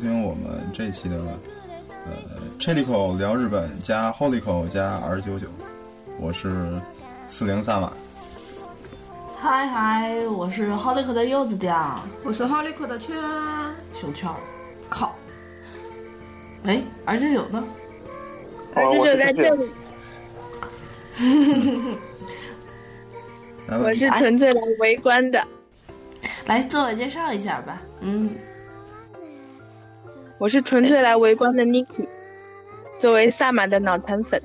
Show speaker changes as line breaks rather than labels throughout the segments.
听我们这期的呃 c h i l i c o 聊日本加 Holico 加 R 九九，我是四零萨马。
嗨嗨，我是 Holico 的柚子酱
我是 Holico 的圈，
熊圈儿。
靠，
哎，R 九九呢？
而
啊我
是
是
在
纯
这
粹，
里，
来吧
我，是
哎
纯粹来围观的。
来自我介绍一下吧。嗯，
我是纯粹来围观的 Niki，作为萨满的脑残粉，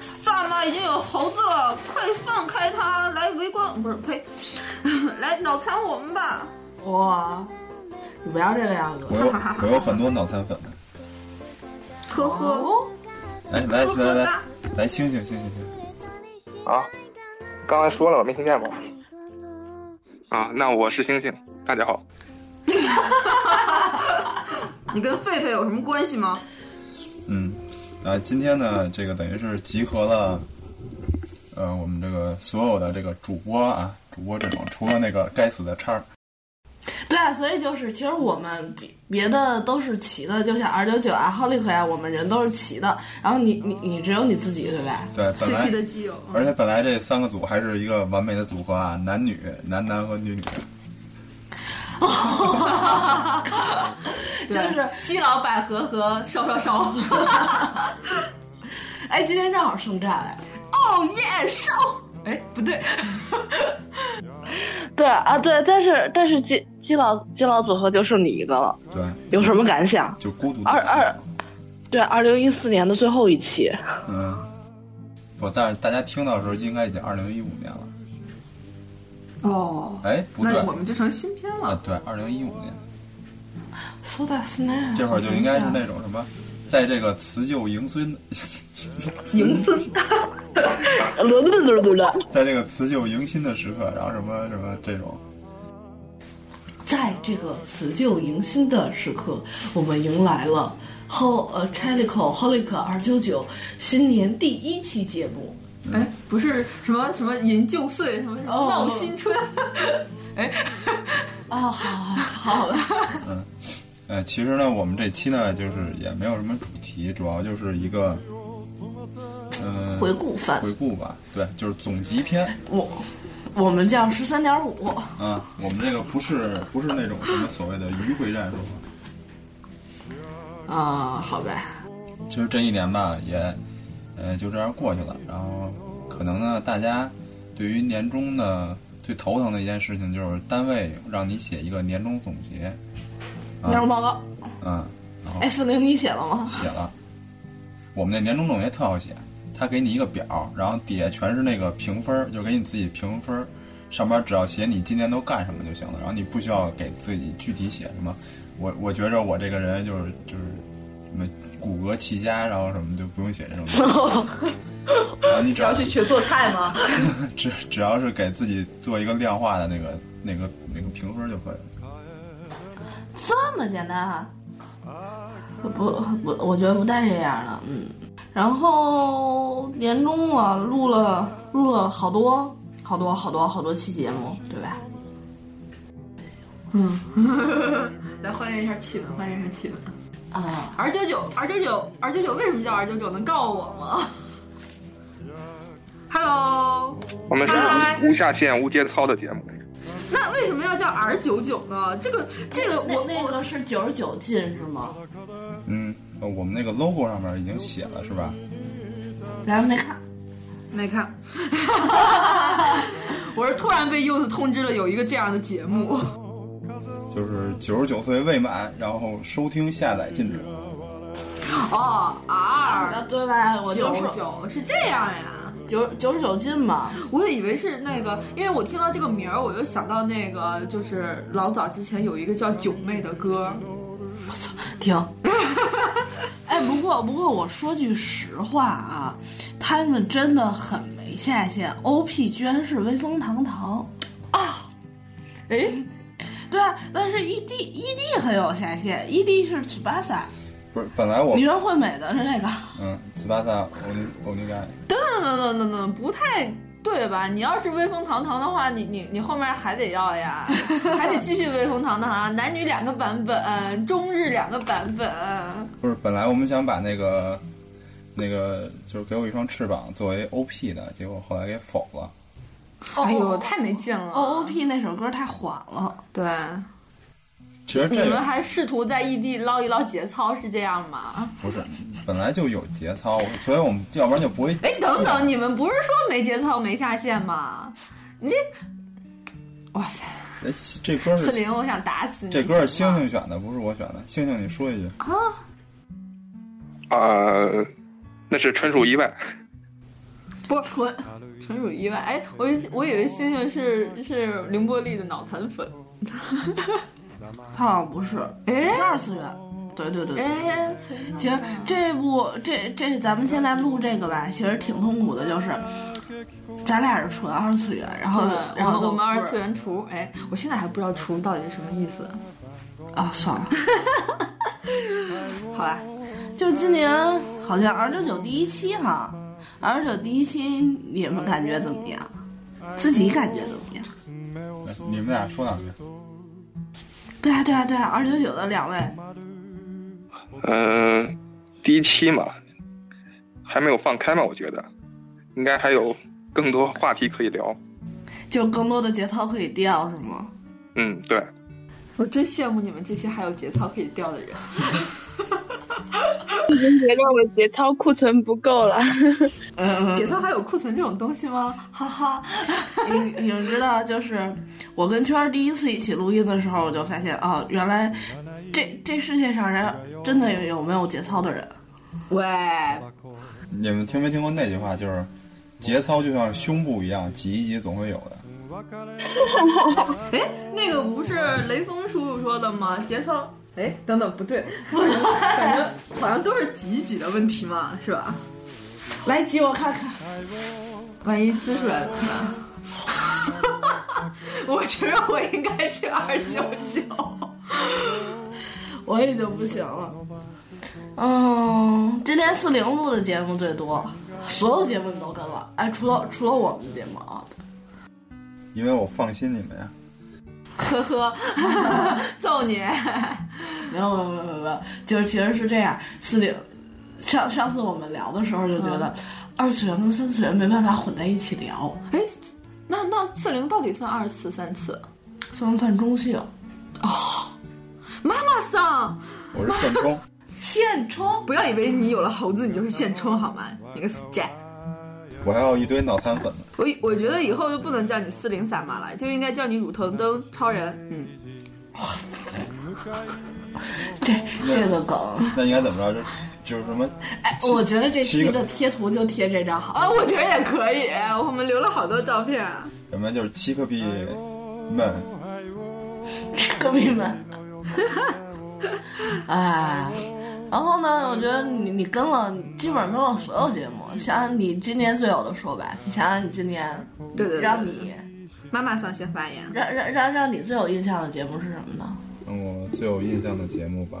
萨满已经有猴子了，快放开他来围观，不是呸， 来脑残我们吧。
哇，你不要这个样子
我。有我有很多脑残粉。
呵呵，
哦，
哎，来来来来，来星星星星星，
啊，刚才说了，我没听见吗？啊，那我是星星，大家好。
你跟狒狒有什么关系吗？
嗯，啊，今天呢，这个等于是集合了，呃，我们这个所有的这个主播啊，主播阵容，除了那个该死的叉儿，
对啊，所以就是，其实我们别别的都是齐的，就像 R 九九啊、Holico 呀、我们人都是齐的。然后你你你只有你自己，对吧？
对，本来
CP 的基友，
而且本来这三个组还是一个完美的组合啊，男女、男男和女女。
就是
基佬百合和哎烧烧烧。
哎，今天正好圣战哎。
哦耶，烧！哎，不对，
对啊，对，但是但是基基佬基佬组合就剩你一个了，
对，
有什么感想？
就孤独的
二
寂寞
二，对，二零一四年的最后一期，
嗯，不，但是大家听到的时候应该已经二零一五年了。
哦，
哎，不对
那我们就成新片
啊
了。，
对，二零一五 年
说到 Snap，
这会儿就应该是那种什么，在这个辞旧迎孙，
轮轮轮轮轮，
在这个辞旧迎新的时刻，然后什么什么这种，
在这个辞旧迎新的时刻，我们迎来了 Ho 呃 Chalico Holic 二九九新年第一期节目。
哎，不是什么什么饮旧岁，什么什么
哦
闹新 春。哎，
哦，好好好好，
呃，其实呢，我们这期呢就是也没有什么主题，主要就是一个，嗯、
回顾番，
回顾吧，对，就是总集篇。
我我们叫十三点五，
啊，我们这个不是不是那种什么所谓的迂回战术，
啊，好呗，
其实这一年吧也，呃，就这样过去了。然后可能呢，大家对于年终呢最头疼的一件事情就是单位让你写一个年终总结，啊
年终报告，
啊，
哎，四零你写了吗？
写了。我们那年终总结特好写，他给你一个表，然后底下全是那个评分儿，就给你自己评分儿，上面只要写你今年都干什么就行了，然后你不需要给自己具体写什么。我我觉着我这个人就是就是什么骨骼奇佳，然后什么就不用写这种东西， 然后你只要
学做菜吗？
只只要是给自己做一个量化的那个那个那个评分就可以了。
这么简单啊？不不，我觉得不带这样的，嗯。然后年终了，录了录了好多好多好多好多期节目，对吧？
来还原一下气氛，还原一下气氛。
啊，
R 九九 R 九九 R 九九为什么叫 R 九九？能告诉我吗？Hello，
我们是
啊
无无下限、无节操的节目。
那为什么要叫 R 九九呢？这个这个
那
我
那
我
个是九十九进是吗？
嗯，呃我们那个 logo 上面已经写了是吧？
然后没看，
没看， 我是突然被柚子通知了有一个这样的节目。
就是九十九岁未满，然后收听下载禁止。
嗯哦，R
啊对吧？我就是
九九是这样呀。
九九十九进嘛，
我以为是那个，因为我听到这个名儿，我就想到那个，就是老早之前有一个叫九妹的歌，
停。 哎，不过不过，我说句实话啊，他们真的很没下限。OP 居然是威风堂堂，嗯
哎，
对啊，但是 ED ED 很有下限，ED 是 t s u b a s a
不是，本来我
女人
哦
惠美的是那个，
嗯，斯巴萨欧尼欧尼盖，
等等等等等等，不太对吧？你要是威风堂堂的话，你你你后面还得要 呀，还得继续威风堂堂啊！男女两个版本，中日两个版本。哦
不是，本来我们想把那个那个就是给我一双翅膀作为 OP 的，结果后来给否了。
哎呦，太没劲了
哦 O O P 那首歌太缓了，
对，
其实
你
这
们
个
还试图在异地捞一捞节操，是这样吗？
不是 本来就有节操，所以我们要不然就不会。
哎，等等，你们不是说没节操没下线吗？你这，哇塞，
哎，这歌
四
是
零，我想打死你！
这歌是
行
星
吗
星选的，不是我选的。星星，你说一句。
呃，那是纯属意外。
不纯
纯属意外。哎，我以我以为星星是是凌波丽的脑残粉。
他好像不是，
哎
是二次元。对对对对
哎，
其 实这部这这咱们现在录这个吧，其实挺痛苦的，就是咱俩是纯二次元，然后然
然
后
后
都
我们二
不是
次元厨，哎，我现在还不知道厨到底是什么意思。
啊，算了，
好吧，
就今年好像二九九第一期哈，二九九第一期你们感觉怎么样？自己感觉怎么样？
哦
来你们俩说两句。
对啊对啊对啊，二九九的两位，
嗯、第一期嘛，还没有放开嘛，我觉得应该还有更多话题可以聊。
就更多的节操可以掉是吗？
嗯，对，
我真羡慕你们这些还有节操可以掉的人。
已经觉得我节操库存不够了。
嗯，
节操还有库存这种东西吗？哈哈。
你你们知道，就是我跟圈儿第一次一起录音的时候，我就发现哦，原来这这世界上人真的有有没有节操的人？
喂，
你们听没听过那句话？就是节操就像胸部一样，挤一挤总会有的。
哎，那个不是雷锋叔叔说的吗？节操。哎，等等，不 对，感觉好像都是挤一挤的问题嘛，是吧？
来挤我看看，
万一滋出来怎么办？ 我觉得我应该去二九九。
我已经不行了。嗯，今天四零录的节目最多，所有节目你都跟了，哎，除了除了我们节目啊，
因为我放心你们呀。
呵 呵，揍你！哎
没有没有没有没有没有，就是其实是这样，四零上上次我们聊的时候就觉得，二次元跟三次元没办法混在一起聊，
哎，那那四零到底算二次三次？
算不算中性？
妈妈桑，
我是现充，
现充
不要以为你有了猴子你就是现充好吗？你个死宅！
我还有一堆脑残粉呢。
我我觉得以后就不能叫你四零散马了，就应该叫你乳头灯超人。嗯，
这这个梗，
那应该怎么着？就是就是什么？
哎，我觉得这
七
期
个
的贴图就贴这张好。
啊，我觉得也可以，我们留了好多照片。啊
什么就是七个币们，
隔壁们。 哎，然后呢？我觉得你你跟了，基本上跟了所有节目。想想你今年最有的说吧，你想想你今年
对对对，
让你
妈妈桑先发言。
让让让让你最有印象的节目是什么呢？
让嗯我最有印象的节目吧。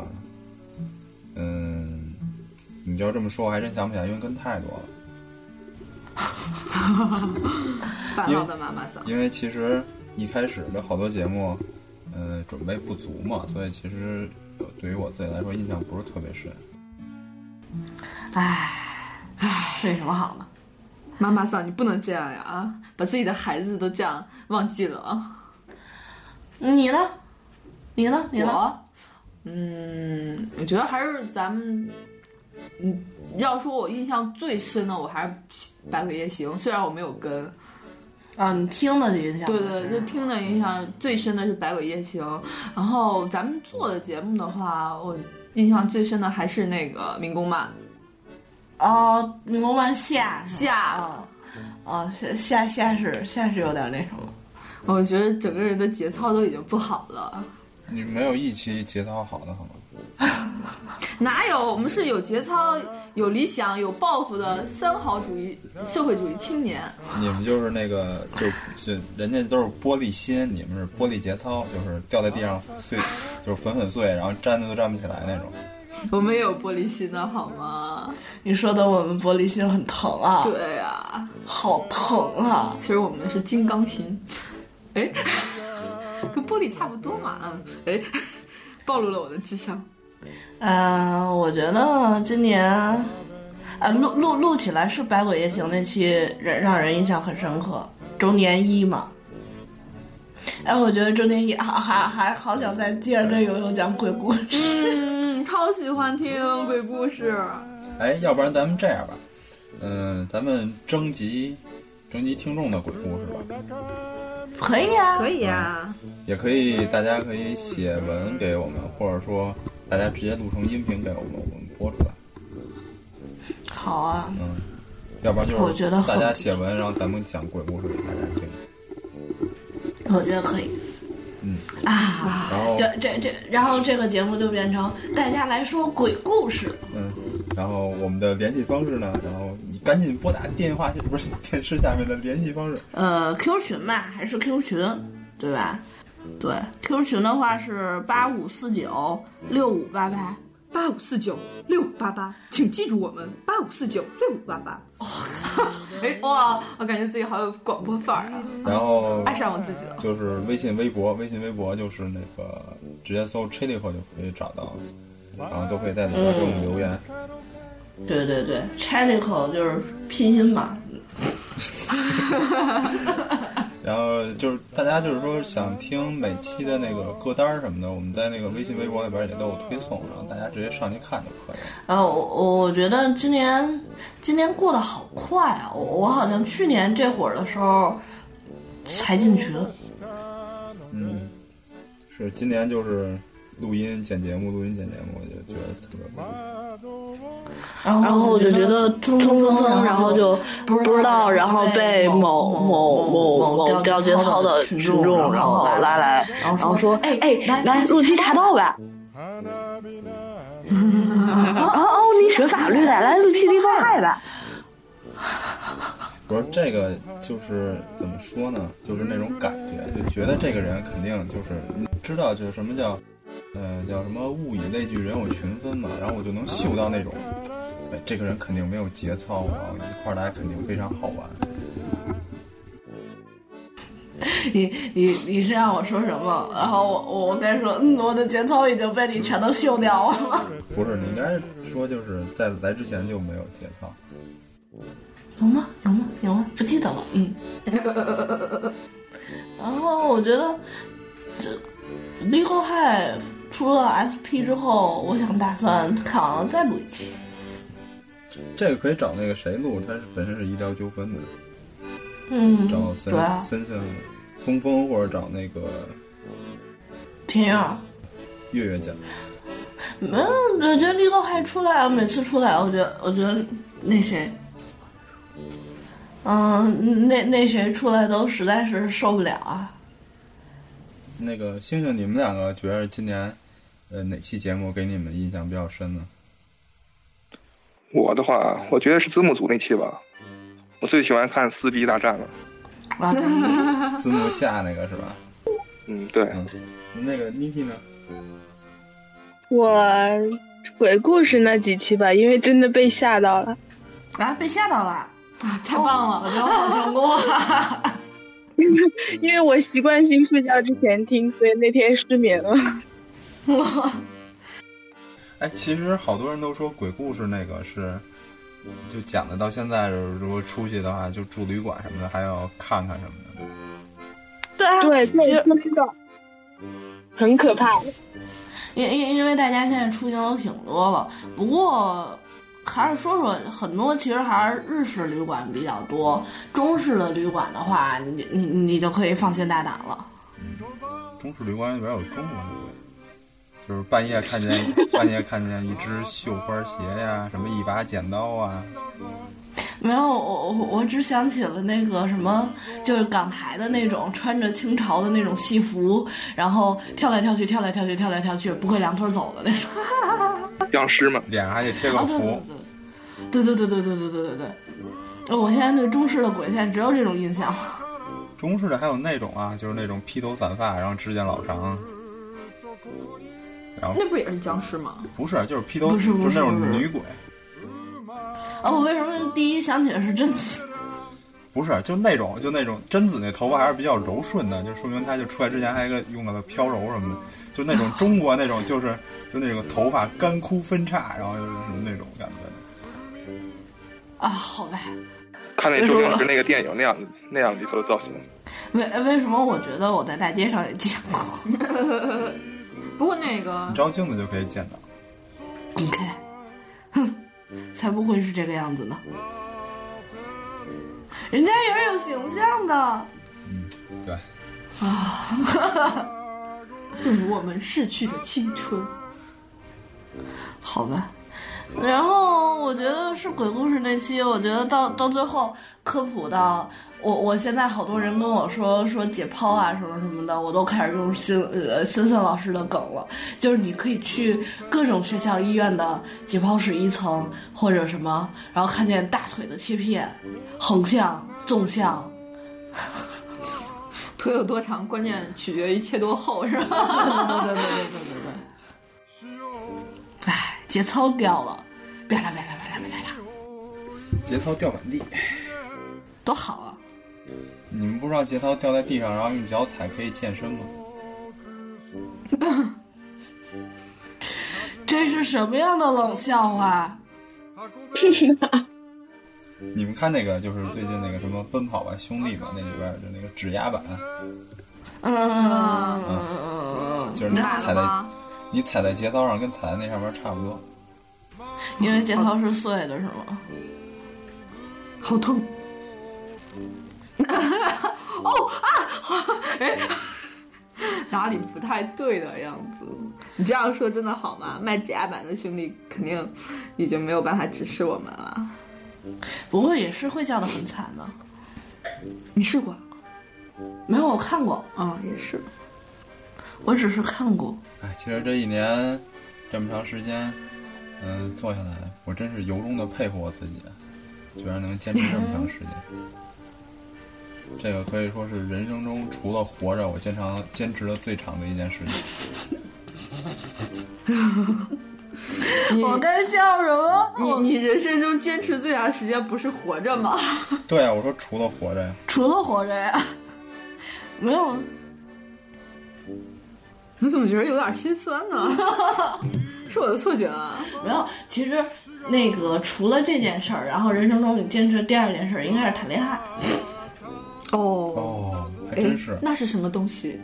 嗯，你要这么说，我还真想不起来，因为跟太多了。
烦恼的妈妈桑。
因为其实一开始的好多节目，嗯、准备不足嘛，所以其实对于我自己来说，印象不是特别深。
哎，哎，睡什么好呢？
妈妈桑，你不能这样呀啊！把自己的孩子都这样忘记了啊！
你呢？你呢？你呢？
我，嗯，我觉得还是咱们，嗯，要说我印象最深的，我还是《百鬼夜行》，虽然我没有跟，
啊，你听的印象？
对对，就听的印象最深的是《百鬼夜行》，然后咱们做的节目的话，我印象最深的还是那个《民工漫
哦，《龙漫下》
下，
啊啊，下下下是下是有点那什么。
我觉得整个人的节操都已经不好了。
你没有一期节操好的好吗？
哪有？我们是有节操、有理想、有抱负的三好主义社会主义青年。
你们就是那个，就就人家都是玻璃心，你们是玻璃节操，就是掉在地上碎，就是粉粉碎，然后站都站不起来那种。
我们也有玻璃心的好吗？
你说的我们玻璃心很疼啊。
对啊，
好疼啊！
其实我们的是金刚心，哎， 跟玻璃差不多嘛，嗯，哎， 暴露了我的智商。
嗯、我觉得今年，啊，录录录起来是《百鬼夜行》那期人让人印象很深刻，周年一嘛。哎，我觉得周年一还还还好想再接着跟悠悠讲鬼故事。
嗯，超喜欢听鬼故事。
哎，要不然咱们这样吧，嗯，咱们征集征集听众的鬼故事吧，
可以啊，
可以呀、
也可以，大家可以写文给我们，或者说大家直接录成音频给我们，我们播出来。
好啊，
嗯，要不然就是
我觉得很
大家写文，然后咱们讲鬼故事给大家听。
我觉得可以。
嗯
啊，
然后
这这这，然后这个节目就变成大家来说鬼故事。
嗯，然后我们的联系方式呢？然后你赶紧拨打电话，不是电视下面的联系方式。
呃，Q 群嘛，还是 Q 群，对吧？对，Q 群的话是八五四九六五八八。
八五四九六五八八，请记住我们八五四九六五八八。 哎哇，我感觉自己好有广播范儿啊，
然后
爱上我自己了。
就是微信、微博，微信、微博就是那个直接搜 c h i l i 后就可以找到了，然后都可以在里边给我们留言。
对对对 c h a l i c o 就是拼音嘛。
然后就是大家就是说想听每期的那个歌单什么的，我们在那个微信、微博里边也都有推送，然后大家直接上去看就可以了。
呃，我我我觉得今年今年过得好快啊！我我好像去年这会儿的时候才进群。
嗯，是今年就是录音剪节目，录音剪节目，我就觉得特别棒。
然 后
然后我就觉得
中
中风，
风，
然后
就
就不知道，然后被某
某
某某
某
某
钓
钓
节
节
操
操
的
的
群
群
众
众然后
拉
拉
来
来，
然
然
后
后
说
说：“
哎
哎
来
来
录
录
期
期
茶
茶
道
道吧。”哦哦，你学法律的，来录期立方派吧。
不是这个，就是怎么说呢？就是那种感觉，就觉得这个人肯定就是你知道，就是什么叫，呃，叫什么物以类聚，人有群分嘛。然后我就能嗅到那种，哎，这个人肯定没有节操，然后一块儿来肯定非常好玩。
你你你是让我说什么？然后我我我该说，嗯，我的节操已经被你全都秀掉了。
不是，你应该说就是在来之前就没有节操。
有吗？有吗？有吗？不记得了，嗯。 然后我觉得，这《Legal High》出了 SP 之后，我想打算看完了再录一期。
这个可以找那个谁录，他是本身是医疗纠纷的，
嗯
找森
对啊，
森森松风或者找那个
天呀，
月月讲。
没有，我觉得《Legal High》出来，每次出来，我觉得我觉得那谁。嗯，那那谁出来都实在是受不了啊！
那个星星，你们两个觉得今年，呃，哪期节目给你们印象比较深呢？
我的话，我觉得是字幕组那期吧，我最喜欢看撕逼大战了。
哇，
字幕下那个是吧？
嗯，对，
嗯，那个 Niki 呢？
我鬼故事那几期吧，因为真的被吓到了。
啊，被吓到了，
啊
哦
太棒了！
我觉得我好成功啊！
因为我习惯性睡觉之前听，所以那天失眠了。
哎，其实好多人都说鬼故事那个是，就讲的到现在，如果出去的话，就住旅馆什么的，还要看看什么的。
对啊，对，真的很可怕。
因因因为大家现在出行都挺多了，不过还是说说很多其实还是日式旅馆比较多，中式的旅馆的话，你你你就可以放心大胆了。
中式旅馆里边有中国鬼，就是半夜看见半夜看见一只绣花鞋呀，什么一把剪刀啊，
没有，我我我只想起了那个什么，就是港台的那种穿着清朝的那种戏服，然后跳来跳去，跳来跳去，跳来跳去，不会两腿走的那种。
僵尸们，
脸上还得贴 个
啊，
符。
对对对对对对对对对对对对。我现在对中式的鬼现在只有这种印象了。
中式的还有那种啊，就是那种披头散发，然后指甲老长，
那不也是僵尸吗？
不是，就是披头，
不是不
就是那种
不是
女鬼。
哦啊，我为什么第一想起的是贞子？
不是，就那种就那种贞子那头发还是比较柔顺的，就说明她就出来之前还有一个用了个飘柔什么的，就那种中国那种就是就那种头发干枯分叉，然后就是什么那种感觉。
啊，好吧。
看那周星驰那个电影那样那样里头的造型，
为为什么我觉得我在大街上也见过？
不过那个
你照镜子就可以见到。
滚开！哼，才不会是这个样子呢。人家也是有形象的。
对，
正如我们逝去的青春，
好吧。然后我觉得是鬼故事那期，我觉得到到最后科普到我，我现在好多人跟我说说解剖啊什么什么的，我都开始用新呃森森老师的梗了，就是你可以去各种学校医院的解剖室一层或者什么，然后看见大腿的切片，横向、纵向，
腿有多长，关键取决于切多厚，是
对对
吧？
对对对对对对对。哎，节操掉了，别啦别啦别啦别啦别啦，
节操掉满地，
多好啊！
你们不知道节操掉在地上，然后用脚踩可以健身吗？
这是什么样的冷笑话？
你们看那个就是最近那个什么《奔跑吧兄弟》吧，那里边儿就那个指压板，
嗯嗯嗯嗯
就是你踩在
吗？
你踩在节操上，跟踩在那上面差不多。
嗯，因为节操是碎的，是吗？
好痛！哦啊，哎，哪里不太对的样子？你这样说真的好吗？卖指甲板的兄弟肯定已经没有办法指示我们了。
不过也是会叫的很惨的。
你试过？
没有，我看过，
嗯，也是。
我只是看过。
哎，其实这一年这么长时间，嗯，做下来，我真是由衷的佩服我自己，居然能坚持这么长时间。这个可以说是人生中除了活着，我坚长坚持的最长的一件事情。
我该笑什么？
你你人生中坚持最长时间不是活着 吗？
对啊，我说除了活着呀，
除了活着呀， 没有
我怎么觉得有点心酸呢？ 是我的错觉啊！
没有，其实那个除了这件事儿，然后人生中你坚持的第二件事儿应该是谈恋爱。
哦，
哦，还真是。
那是什么东西？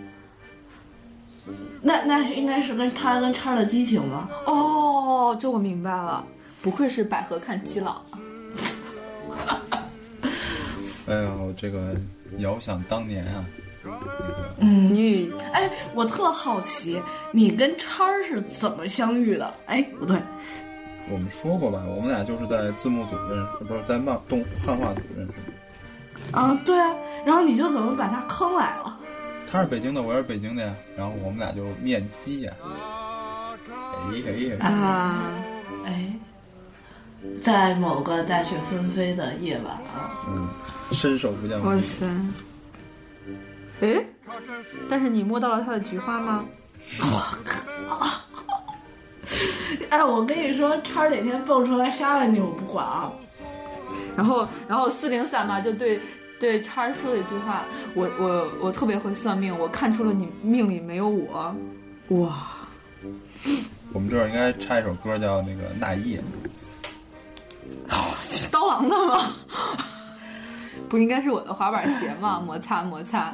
那那是应该是跟他跟叉儿的激情吧？
哦，这我明白了，不愧是百合看基佬。
哎呦，这个遥想当年啊，
你
哎，我特好奇你跟叉儿是怎么相遇的？哎，不对，
我们说过吧，我们俩就是在字幕组认识，不是在漫动汉化组认识的。
啊，对啊，然后你就怎么把他坑来了？
他是北京的，我也是北京的呀，然后我们俩就面基呀。哎哎哎！
啊，
哎，在某个大雪纷飞的夜晚啊，
嗯，伸手不见五
哇
指。
塞！哎，但是你摸到了他的菊花吗？
哎，我跟你说，叉儿哪天蹦出来杀了你，我不管啊！
然后，然后四零三嘛，就对对叉儿说了一句话：“我我我特别会算命，我看出了你命里没有我。”哇，
我们这儿应该插一首歌叫那个《那夜》，
刀郎的吗？ 不应该是我的滑板鞋吗？ 摩擦摩擦。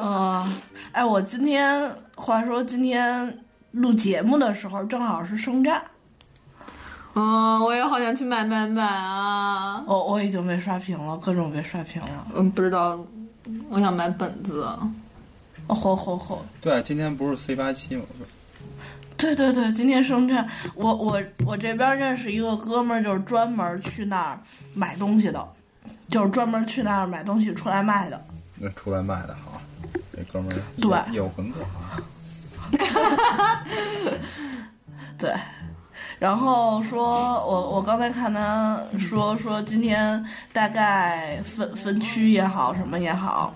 嗯，哎，我今天话说今天录节目的时候，正好是圣战，
嗯，我也好想去买买买啊。
我、我已经被刷屏了，各种被刷屏了，
嗯，不知道，我想买本子。
火火火！
对啊，今天不是 C 八七吗？我说
对对对，今天圣战，我我我这边认识一个哥们儿，就是专门去那儿买东西的，就是专门去那儿买东西出来卖的。
那出来卖的好，这哥们儿
对
业务很广啊。
对，然后说我我刚才看他说说今天大概分分区也好什么也好，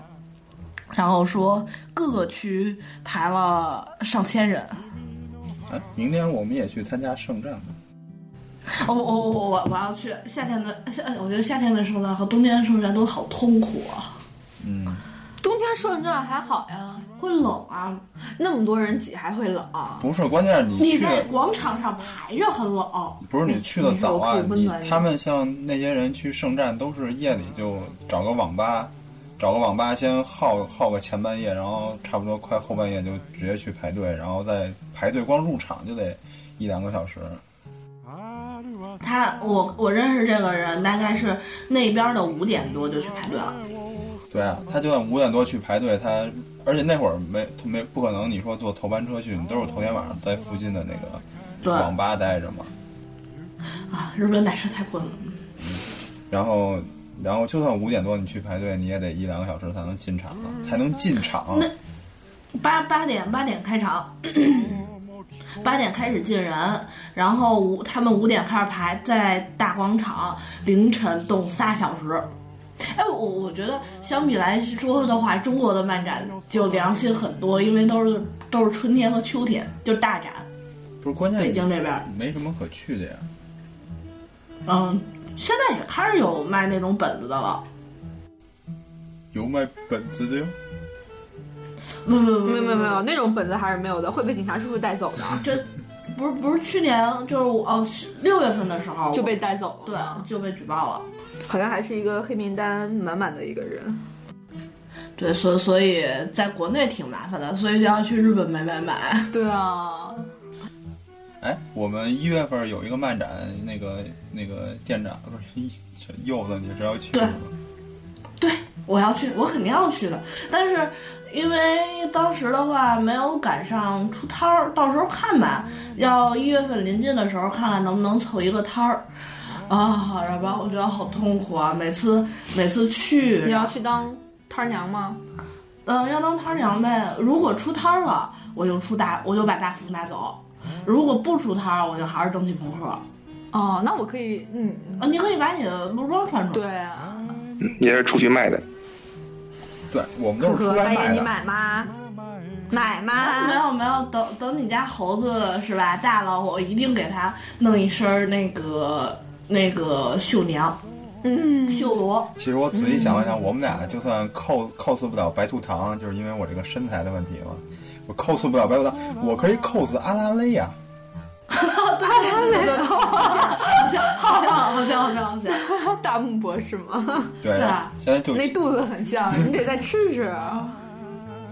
然后说各个区排了上千人。
哎，明天我们也去参加圣战吧。
哦我我我我我要去夏天的夏，我觉得夏天的圣诞和冬天的圣诞都好痛苦啊，
嗯，
冬天圣诞还好呀，
会冷啊。
那么多人挤还会冷。
不是，关键是你
你
去
在
的
广场上排着很冷，
不是你去的早啊，
你你
你
说我不温暖
他们像那些人去圣战都是夜里就找个网吧，找个网吧先耗耗个前半夜，然后差不多快后半夜就直接去排队，然后再排队光入场就得一两个小时。
他我我认识这个人，大概是那边的五点多就去排队了。
对啊，
哦
他就算五点多去排队，他而且那会儿没没不可能，你说坐头班车去，你都是头天晚上在附近的那个
对
网吧待着嘛。
啊，日本奶茶太贵了。
然后，然后就算五点多你去排队，你也得一两个小时才能进场了，才能进场。
八八点八点开场， 八点开始进人，然后五他们五点开始排，在大广场凌晨冻仨小时。哎，我我觉得相比来说的话，中国的漫展就良心很多，因为都是都是春天和秋天，就是大展。
不是关键，
北京这边，
没什么可去的呀。
嗯，现在也开始有卖那种本子的了。
有卖本子的哟，
没有没有
没有没有没
有，
有，那种本子还是没有的，会被警察叔叔带走的，
这不是不是去年就是我哦是六月份的时候
就被
我
带走了。
对就被举报了。
好像还是一个黑名单满满的一个人。
对，所所以在国内挺麻烦的，所以就要去日本买买买。
对啊，
哎，我们一月份有一个漫展，那个那个店长不是一小柚子，你是要去
对
吗？
对，我要去，我肯定要去的。但是因为当时的话没有赶上出摊儿，到时候看吧，要一月份临近的时候看看能不能凑一个摊儿。啊，要不然我觉得好痛苦啊！每次每次去，
啊你要去当摊儿娘吗？
嗯，要当摊儿娘呗。如果出摊儿了，我就出大，我就把大福拿走；
嗯
如果不出摊儿，我就还是蒸汽朋克。啊，
哦，那我可以，嗯，
你可以把你的路装穿出来。
对啊。
嗯也是出去卖的。
嗯
对，我们都是出来卖的。
买吗？买
没
吗？
有没有，等等你家猴子是吧？大了，我一定给它弄一身儿那个那个绣娘
嗯，
绣罗。
其实我仔细想了想，我们俩就算 cos cos 不了白兔糖，就是因为我这个身材的问题嘛。我 cos 不了白兔糖，我可以 cos 阿拉蕾呀、
对对对对，好像好像好像好像好像。
大木博士吗？
对
对啊
现在就
那肚子很像，你得再吃啊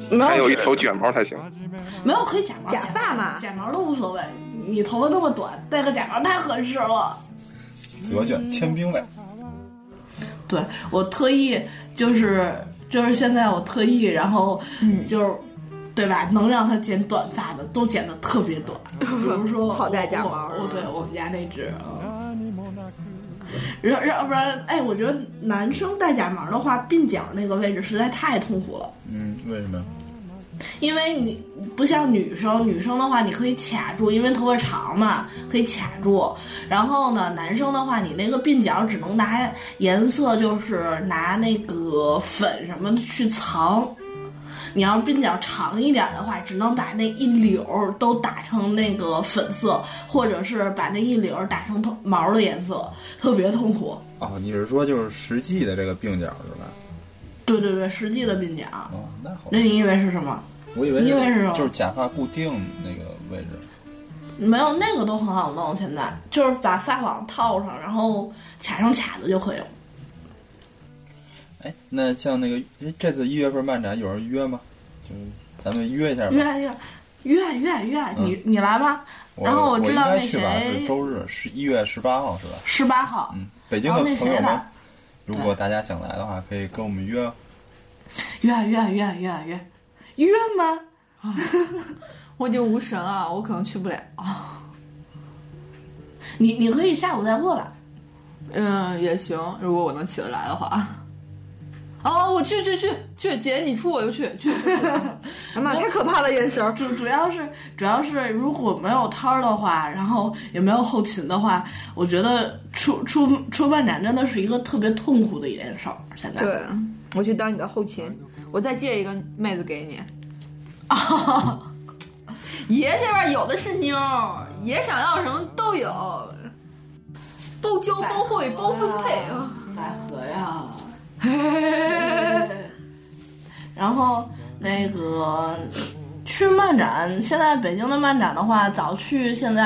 吃。
没
还有
有
一头卷毛才行。
没有可以假毛，
假发嘛
假毛都无所谓。你头发那么短，戴个假毛太合适了。
左卷千兵卫，
对我特意就是就是现在我特意，然后嗯，就是对吧？能让它剪短发的都剪得特别短，比如说
好戴假毛
我我我对我们家那只。嗯让让不然，哎，我觉得男生戴假毛的话，鬓角那个位置实在太痛苦了，
嗯，为什么呀？
因为你不像女生，女生的话你可以卡住，因为头发长嘛，可以卡住。然后呢，男生的话，你那个鬓角只能拿颜色，就是拿那个粉什么的去藏。你要鬓角长一点的话，只能把那一绺儿都打成那个粉色，或者是把那一绺儿打成头毛的颜色，特别痛苦。
哦，你是说就是实际的这个鬓角是吧？
对对对，实际的鬓角。啊
哦，那好
那，你以为是什么？
我以为
你以为是什么
就是假发固定那个位置。
没有那个都很好弄，现在就是把发网套上，然后卡上卡子就可以了。
哎，那像那个哎这次一月份漫展有人约吗？就是咱们约一下吧。
越越越越越，你你来吧。
嗯我
然后
我
我知道
应该
那
去吧，
谁
是周日，是一月十八号是吧？
十八号，
嗯，北京
然
的
哦后那
朋友
谁嗯
们
来，？
如果大家想来的话，可以跟我们约。
越越越越越越吗？
我已经无神了，我可能去不了。
你你可以下午再过来。
嗯，也行，如果我能起得来的话。哦，我去去去去，姐你出我就去去。 哎妈，太可怕了，眼神儿。
主主要是主要是如果没有摊儿的话，然后也没有后勤的话，我觉得出出出漫展真的是一个特别痛苦的一件事儿。现在，
对，我去当你的后勤，我再借一个妹子给 你。爷这边有的是妞儿，爷想要什么都有。包教、包会、包分配啊。
百合 呀。然后那个去漫展，现在北京的漫展的话，早去现在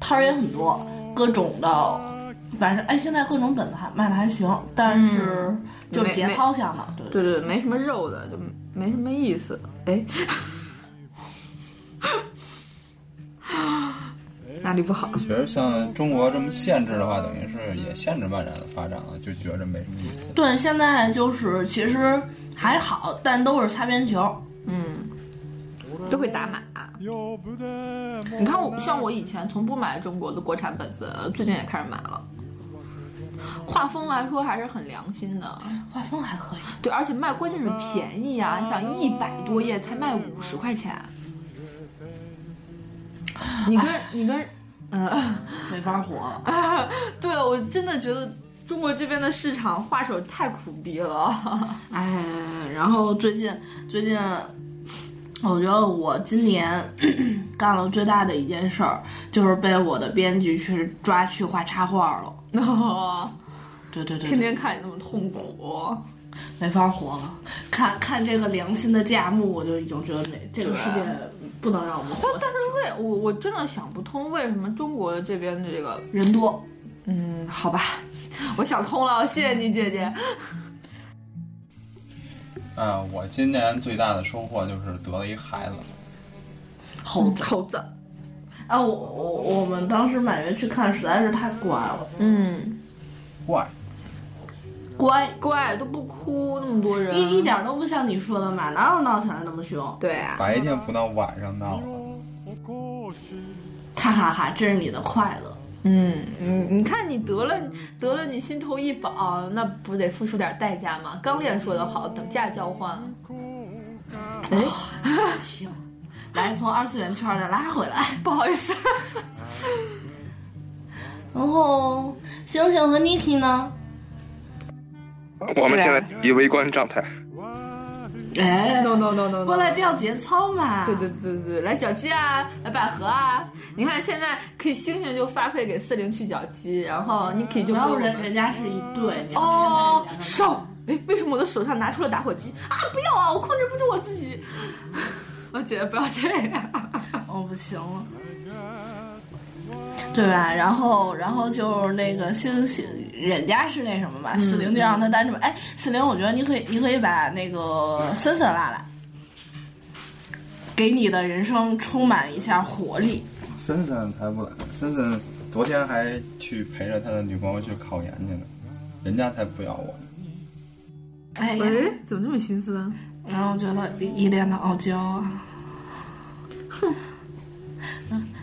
摊儿也很多，各种的，反正哎，现在各种本子还卖的还行，但是
嗯
就
没
节
没
操向的，对
对对，对没什么肉的，就没什么意思。哎，哪里不好？
其实像中国这么限制的话，等于是也限制漫展的发展了，就觉着没什么意思。
对，现在就是其实还好，但都是擦边球。
嗯，都会打码。你看我，像我以前从不买中国的国产本子，最近也开始买了。画风来说还是很良心的，
画风还可以，
对，而且卖关键是便宜啊！你想一百多页才卖五十块钱，你跟你跟，嗯、
没法火。
对我真的觉得中国这边的市场画手太苦逼了。
哎，然后最近最近，我觉得我今年 干了最大的一件事儿，就是被我的编剧去抓去画插画了。对对对
天
对，
天看你那么痛苦，
没法活了。看看这个良心的价目，我就已经觉得这这个世界
啊
不能让我们活下去。
为我我真的想不通为什么中国这边的这个，
人多，
嗯，好吧，我想通了，谢谢你姐姐。
啊，我今年最大的收获就是得了一孩子，
猴子。
嗯口子，
啊，我我我们当时满月去看，实在是太乖了，
嗯，
坏。
乖，
乖都不哭，那么多人，
一一点都不像你说的嘛，哪有闹起来那么凶？
对啊，
白天不闹，晚上闹了。
哈哈哈，这是你的快乐。
嗯，你你看你得了得了，你心头一饱，那不得付出点代价吗？刚练说的好，等价交换。哎，
行，来从二次元圈儿再拉回来。
不好意思，
然后星星和 Niki 呢？
我
啊
们现在以围观状态，
哎
no no no no，, no
过来调节操嘛。
对对对对对，来脚鸡啊，来百合啊！你看现在可以星星就发馈给四零去脚鸡，然后 Niki 就
然
给
后
我
人
们
人家是一对，你要
哦
看看人家
手，哎，为什么我的手上拿出了打火机啊？不要啊，我控制不住我自己。 我姐不要这 样。
哦，不行了。对吧？然后，然后就是那个星星，人家是那什么
嗯
嘛，四零就让他单着吧。哎，四零，我觉得你可以，你可以把那个森森拉来，
嗯
给你的人生充满一下活力。
森森才不来，森森昨天还去陪着他的女朋友去考研去呢，人家才不要我。
哎呀，
喂，怎么这么心思啊？
然后觉得依恋的傲娇啊，哼，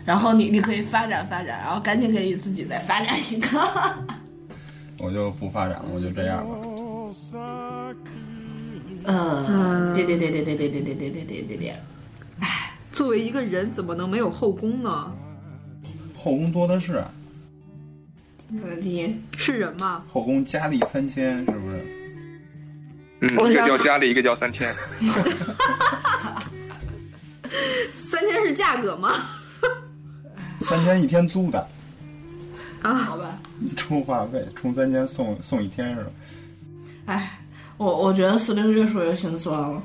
然后你你可以发展发展，然后赶紧给你自己再发展一个。
我就不发展了，我就这样
哦
吧。
呃，对对对对对对对对对对对对对。
作为一个人，怎么能没有后宫呢？
后宫多的是，
呃
你
是人吗？
后宫佳丽三千，是不是？
嗯，
我
一个
想
叫家里，一个叫三千，
三千是价格吗？
三千一天租的，
啊好吧，
充话费，充三千送送一天是吧？
哎，我我觉得四零越说越心酸了，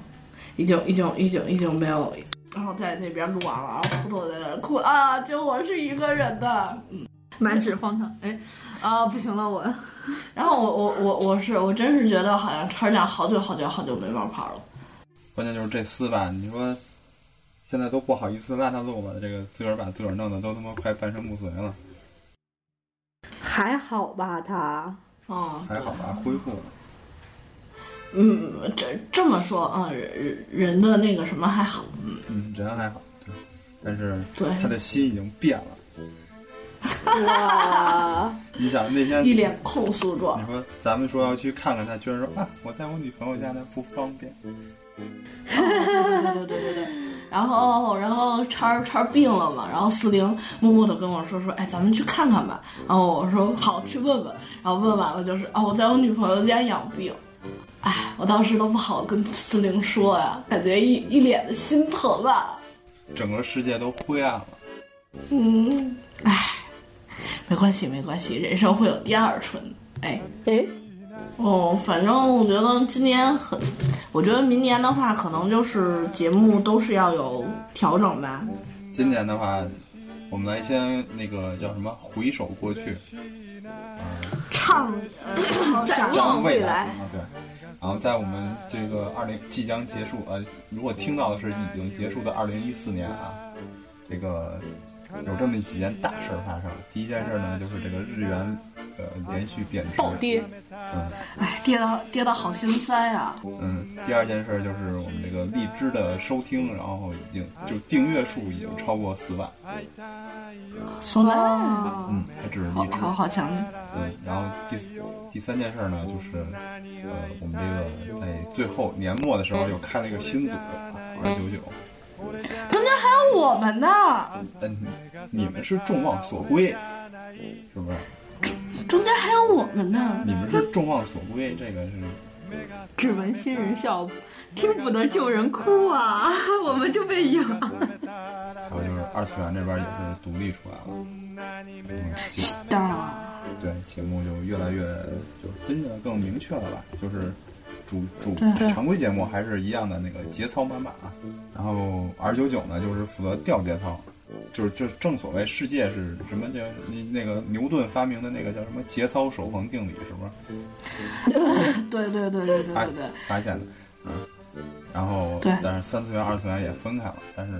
已经已经已经已经没有，然后在那边录啊完了，然后偷偷在那儿哭啊，就我是一个人的，嗯，
满纸荒唐。哎，啊，不行了，我
然后我我我我是我真是觉得好像船长好久好久好久没冒泡了，
关键就是这厮吧，你说现在都不好意思拉他路了，这个自个儿把自个儿弄得都他妈快半身不遂了，
还好吧？他
哦，
还好吧，恢复了。
嗯，这这么说啊、嗯，人人的那个什么还好，嗯，
嗯，人还好，对，但是
对
他的心已经变了。
哇，
你想那天
一脸控诉 状
你，说咱们说要去看看他，居然说啊，我在我女朋友家呢，不方便。
对对对对对。然后，然后叉儿叉儿病了嘛，然后四零默默的跟我说说，哎，咱们去看看吧。然后我说好，去问问。然后问完了就是，哦，我在我女朋友家养病。哎，我当时都不好跟四零说呀，感觉一一脸的心疼啊。
整个世界都灰暗了。
嗯，哎，没关系，没关系，人生会有第二春。哎，
哎，
哦，反正我觉得今年很，我觉得明年的话，可能就是节目都是要有调整吧。
今年的话，我们来先那个叫什么？回首过去，
唱，呃，展
展
望
望
未
来。
来，
啊对。然后在我们这个二零即将结束，呃，如果听到的是已经结束的二零一四年啊，这个有这么几件大事儿发生。第一件事呢，就是这个日元呃连续贬值
暴跌，
嗯
哎，跌到跌到好心塞啊！
嗯。第二件事就是我们这个荔枝的收听，然后已经就订阅数已经超过四万，
说到，
嗯，还只是
好
荔枝。
好好强烈，
嗯，然后第四第三件事儿呢，就是呃，我们这个在最后年末的时候又开了一个新组，啊二九九。
中间还有我们呢。
但你们是众望所归，是不是？
中间还有我们呢。
你们是众望所归，这个是
只闻新人笑，听不得旧人哭啊！ 我们就被赢了。
还有就是二次元这边也是独立出来了，嗯，节
的，
对节目就越来越就分的更明确了吧，就是。主主常规节目还是一样的那个节操满满啊，然后 R 九九呢就是负责调节操，就是就是正所谓世界是什么叫那那个牛顿发明的那个叫什么节操守恒定理是不是？
对对对对对
发
对对，
发现的，嗯，然后
对
但是三次元、二次元也分开了，但是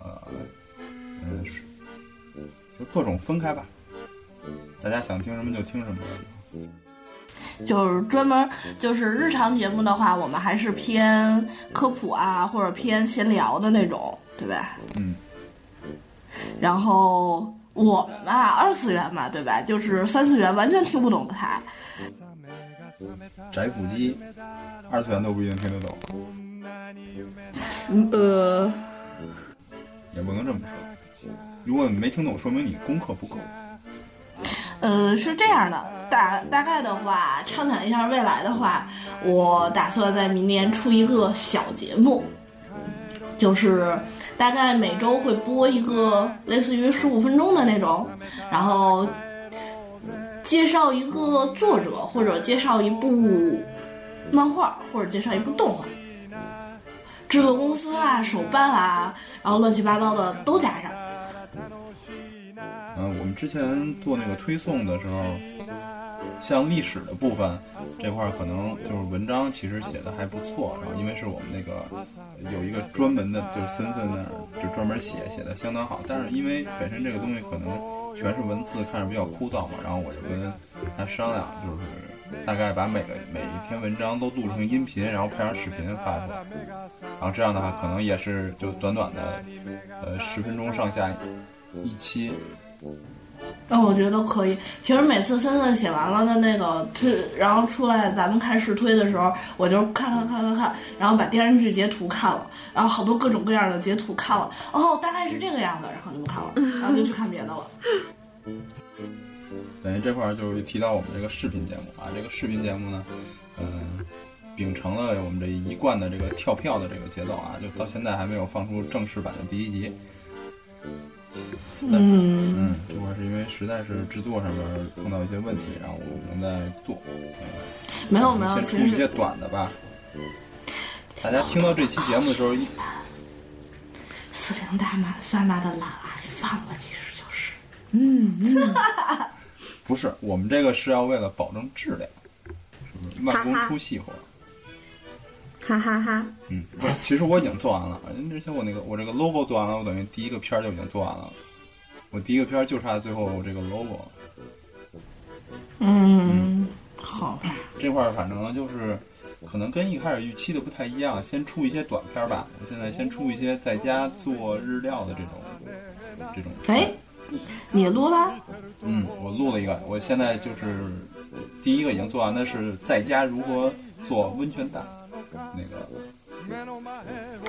呃，嗯，是就各种分开吧，大家想听什么就听什么。
就是专门就是日常节目的话，我们还是偏科普啊，或者偏闲聊的那种，对吧？
嗯。
然后我们吧，二次元嘛，对吧？就是三次元完全听不懂的台，
宅腹肌，二次元都不一定听得懂，
嗯
呃，
也不能这么说。如果你没听懂，说明你功课不够。
呃，是这样的，大大概的话，畅想一下未来的话，我打算在明年出一个小节目，就是大概每周会播一个类似于十五分钟的那种，然后介绍一个作者，或者介绍一部漫画，或者介绍一部动画。制作公司啊，手办啊，然后乱七八糟的都加上。
嗯，我们之前做那个推送的时候，像历史的部分这块儿，可能就是文章其实写的还不错，然后因为是我们那个有一个专门的，就是森森那儿就专门写，写的相当好。但是因为本身这个东西可能全是文字，看着比较枯燥嘛，然后我就跟他商量，就是大概把每个每一篇文章都录成音频，然后拍成视频发出来，然后这样的话可能也是就短短的呃十分钟上下一期。
那我觉得可以。其实每次森森写完了的那个推，然后出来咱们看试推的时候，我就看看看看看，然后把电视剧截图看了，然后好多各种各样的截图看了，哦，大概是这个样子，然后就不看了，然后就去看别的了。
等于这块儿就是提到我们这个视频节目啊，这个视频节目呢，嗯、秉承了我们这一贯的这个跳票的这个节奏啊，就到现在还没有放出正式版的第一集。
嗯，
嗯，这块儿是因为实在是制作上面儿碰到一些问题，然后我们正在做。
没有没有，
先
其
出
实
一些短的吧。大家听到这期节目的时候，一
四零大妈三妈的懒癌犯了，其实就是
不是我们这个是要为了保证质量，是不是慢工出细活。
哈哈哈，
嗯，不是，其实我已经做完了，因为之前我那个我这个 logo 做完了，我等于第一个片儿就已经做完了，我第一个片儿就差最后这个 logo 了
嗯，好吧，
这块儿，反正就是可能跟一开始预期的不太一样，先出一些短片儿吧，我现在先出一些在家做日料的这种这种。
哎，你录了？
嗯，我录了一个，我现在就是第一个已经做完的是在家如何做温泉蛋，那个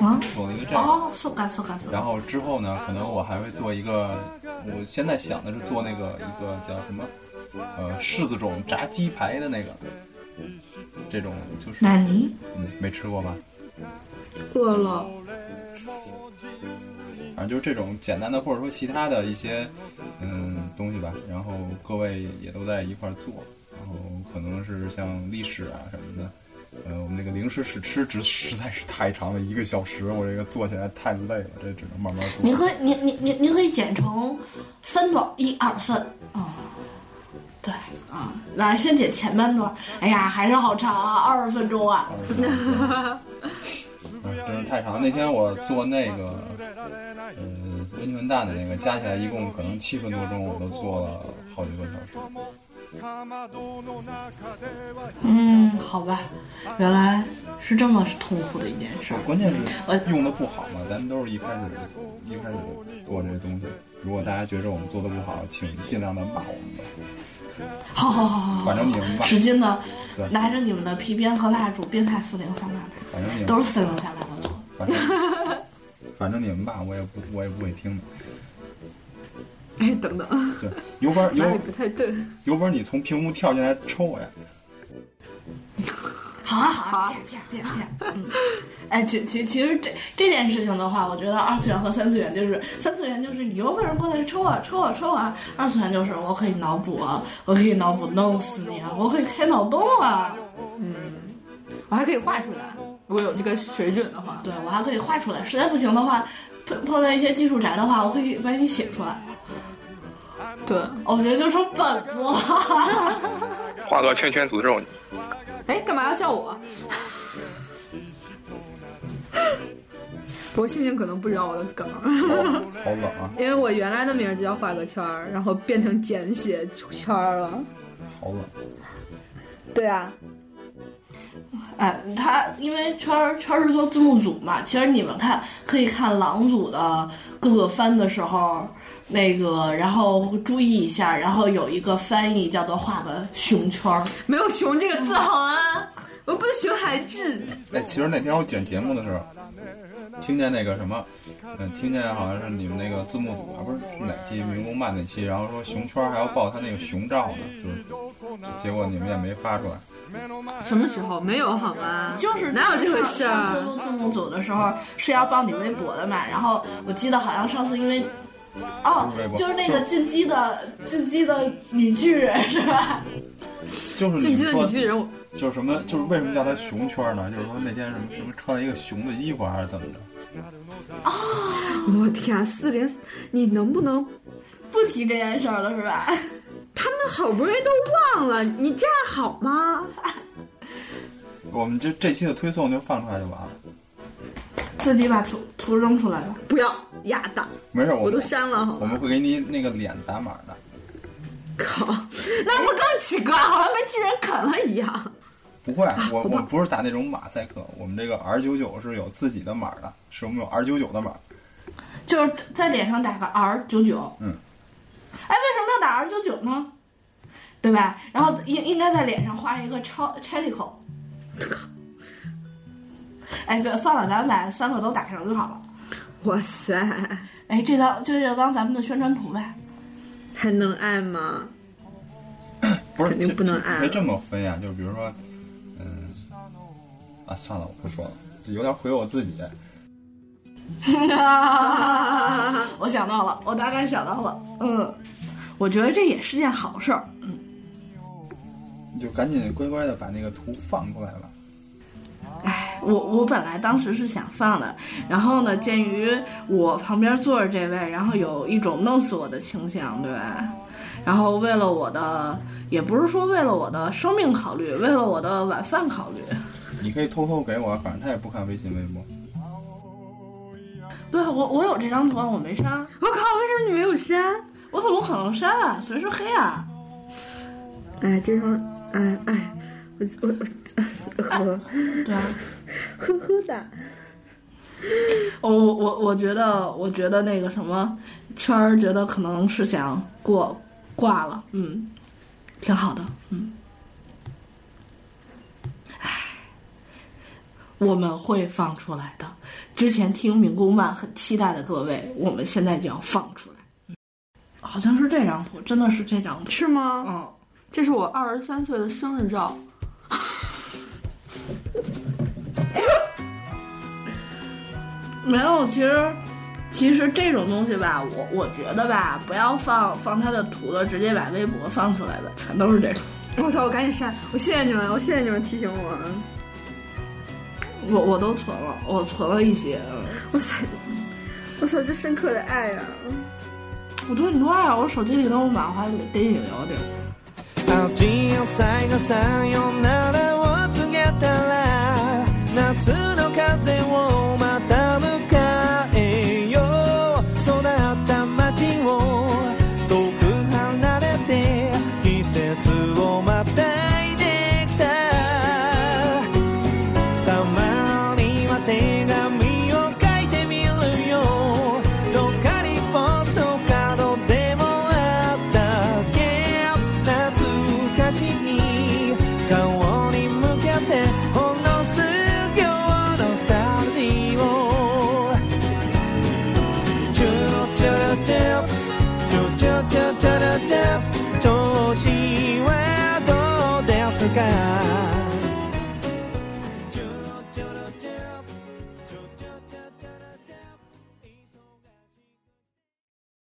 啊？
做了一个这个。
哦，是干是干是干
然后之后呢，可能我还会做一个，我现在想的是做那个一个叫什么，呃，柿子种炸鸡排的那个，这种就是
纳尼？
嗯没吃过吧？
饿了，
反正就是这种简单的，或者说其他的一些，嗯，东西吧，然后各位也都在一块儿做，然后可能是像历史啊什么的，呃，我们那个零食试吃只 实在是太长了，一个小时，我这个做起来太累了，这只能慢慢做。
你可以，你你你你可以剪成三段，一二三啊，对啊，来先剪前半段，哎呀，还是好长啊，二十分钟啊，
二十分 钟哎真是太长。那天我做那个，呃，温泉蛋的那个，加起来一共可能七分多钟，我都做了好几个小时。
嗯，好吧，原来是这么痛苦的一件事儿。
关键是用的不好嘛，咱们都是一开始一开始做这些东西。如果大家觉着我们做的不好，请尽量的骂我们吧。
好好好好好，
反正你们吧
使劲的
对
拿着你们的皮鞭和蜡烛，鞭挞四零三八八，
反正你
都
们
是四零三八的错。
反正反正你们吧，我也不我也不会听的。
哎，等等，
对，有本
哪里
有
不太对？
有本你从屏幕跳进来抽我呀！
好啊好啊，啪啪啪啪！嗯，哎，其其其实这这件事情的话，我觉得二次元和三次元就是三次元就是你有本事过来抽啊抽啊抽啊，二次元就是我可以脑补啊，我可以脑补弄死你啊，我可以开脑洞啊，
我还可以画出来，如果有这个水准的话。
对我还可以画出来，实在不行的话，碰碰到一些技术宅的话，我可以把你写出来，哦
对，
我觉得就成本子了。
画个圈圈诅咒你。
哎，干嘛要叫 我？我心情可能不知道我的梗儿，
好冷啊，
因为我原来的名儿就叫画个圈儿，然后变成简写圈儿了。
好冷！啊
对啊，
哎，他因为圈儿圈儿是做字幕组嘛，其实你们看可以看狼组的各个番的时候，那个然后注意一下，然后有一个翻译叫做画个熊圈儿，
没有“熊”这个字好啊，我不是熊孩子。
哎，其实那天我剪节目的时候，听见那个什么，嗯，听见好像是你们那个字幕组啊，不是是哪期《民工漫》那期，然后说熊圈还要报他那个熊照呢，就是，结果你们也没发出来。
什么时候没有好吗？
就是
哪有这回事
上次
儿？啊
录字幕组的时候是要报你微博的嘛，然后我记得好像上次因为。哦
不是微，博
就是那个进击的进击的女巨人是吧？
就是
进
你
击
们
的
说
女巨人，我
就是什么，就是为什么叫它熊圈呢？就是说那天什么什么穿了一个熊的衣服还是怎么着？
我天、啊，四零，你能不能？
不提这件事儿了是吧？
他们好不容易都忘了，你这样好吗？
我们这这期的推送就放出来就完了，
自己把图图扔出来吧。
不要压档，
没事，
我
我
都
们
删了好
我
吗
们？会给你那个脸打码的。
靠，那不更奇怪？好像被巨人啃了一样。
不会，
啊
我我不是打那种马赛克，我们这个 R 九九是有自己的码的，是我们有 R 九九的码。
就是在脸上打个 R 九九。
嗯。
哎，为什么要打 R 九九呢？对吧？然后应应该在脸上画一个超 chelico。哎，就算了，咱们把三个都打上就好了。
哇塞，
哎，这当这就当咱们的宣传图呗。
还能爱吗？
不是，
肯定
这
不能
这
按
没这么分呀。就比如说，嗯，啊，算了，我不说了，这有点毁我自己。
我想到了，我大概想到了，嗯，我觉得这也是件好事儿。
你就赶紧乖乖的把那个图放出来吧。
我我本来当时是想放的，然后呢，鉴于我旁边坐着这位，然后有一种弄死我的倾向，对吧？然后为了我的，也不是说为了我的生命考虑，为了我的晚饭考虑，
你可以偷偷给我，反正他也不看微信微博。
对啊我我有这张图案我没删，
我靠，为什么你没有删？
我怎么可能删啊？随时黑啊！
哎，这时候，哎哎，我我我呵
对啊，
呵呵的。
我我哦我我觉得我觉得那个什么圈儿，觉得可能是想过挂了，嗯，挺好的，嗯。唉，我们会放出来的。之前听民工漫很期待的各位，我们现在就要放出来。嗯，好像是这张图，真的是这张图。
是吗？
嗯，
这是我二十三岁的生日照。
没有，其实其其实这种东西吧，我我觉得吧，不要放放他的图了，直接把微博放出来的，全都是这种。
我操！我赶紧删！我谢谢你们，我谢谢你们提醒我。
我我都存了，我存了一些。嗯
哇塞！我操！这深刻的爱呀、啊！
我对你多爱啊！我手机里都满怀电影聊的。
調子はどうですか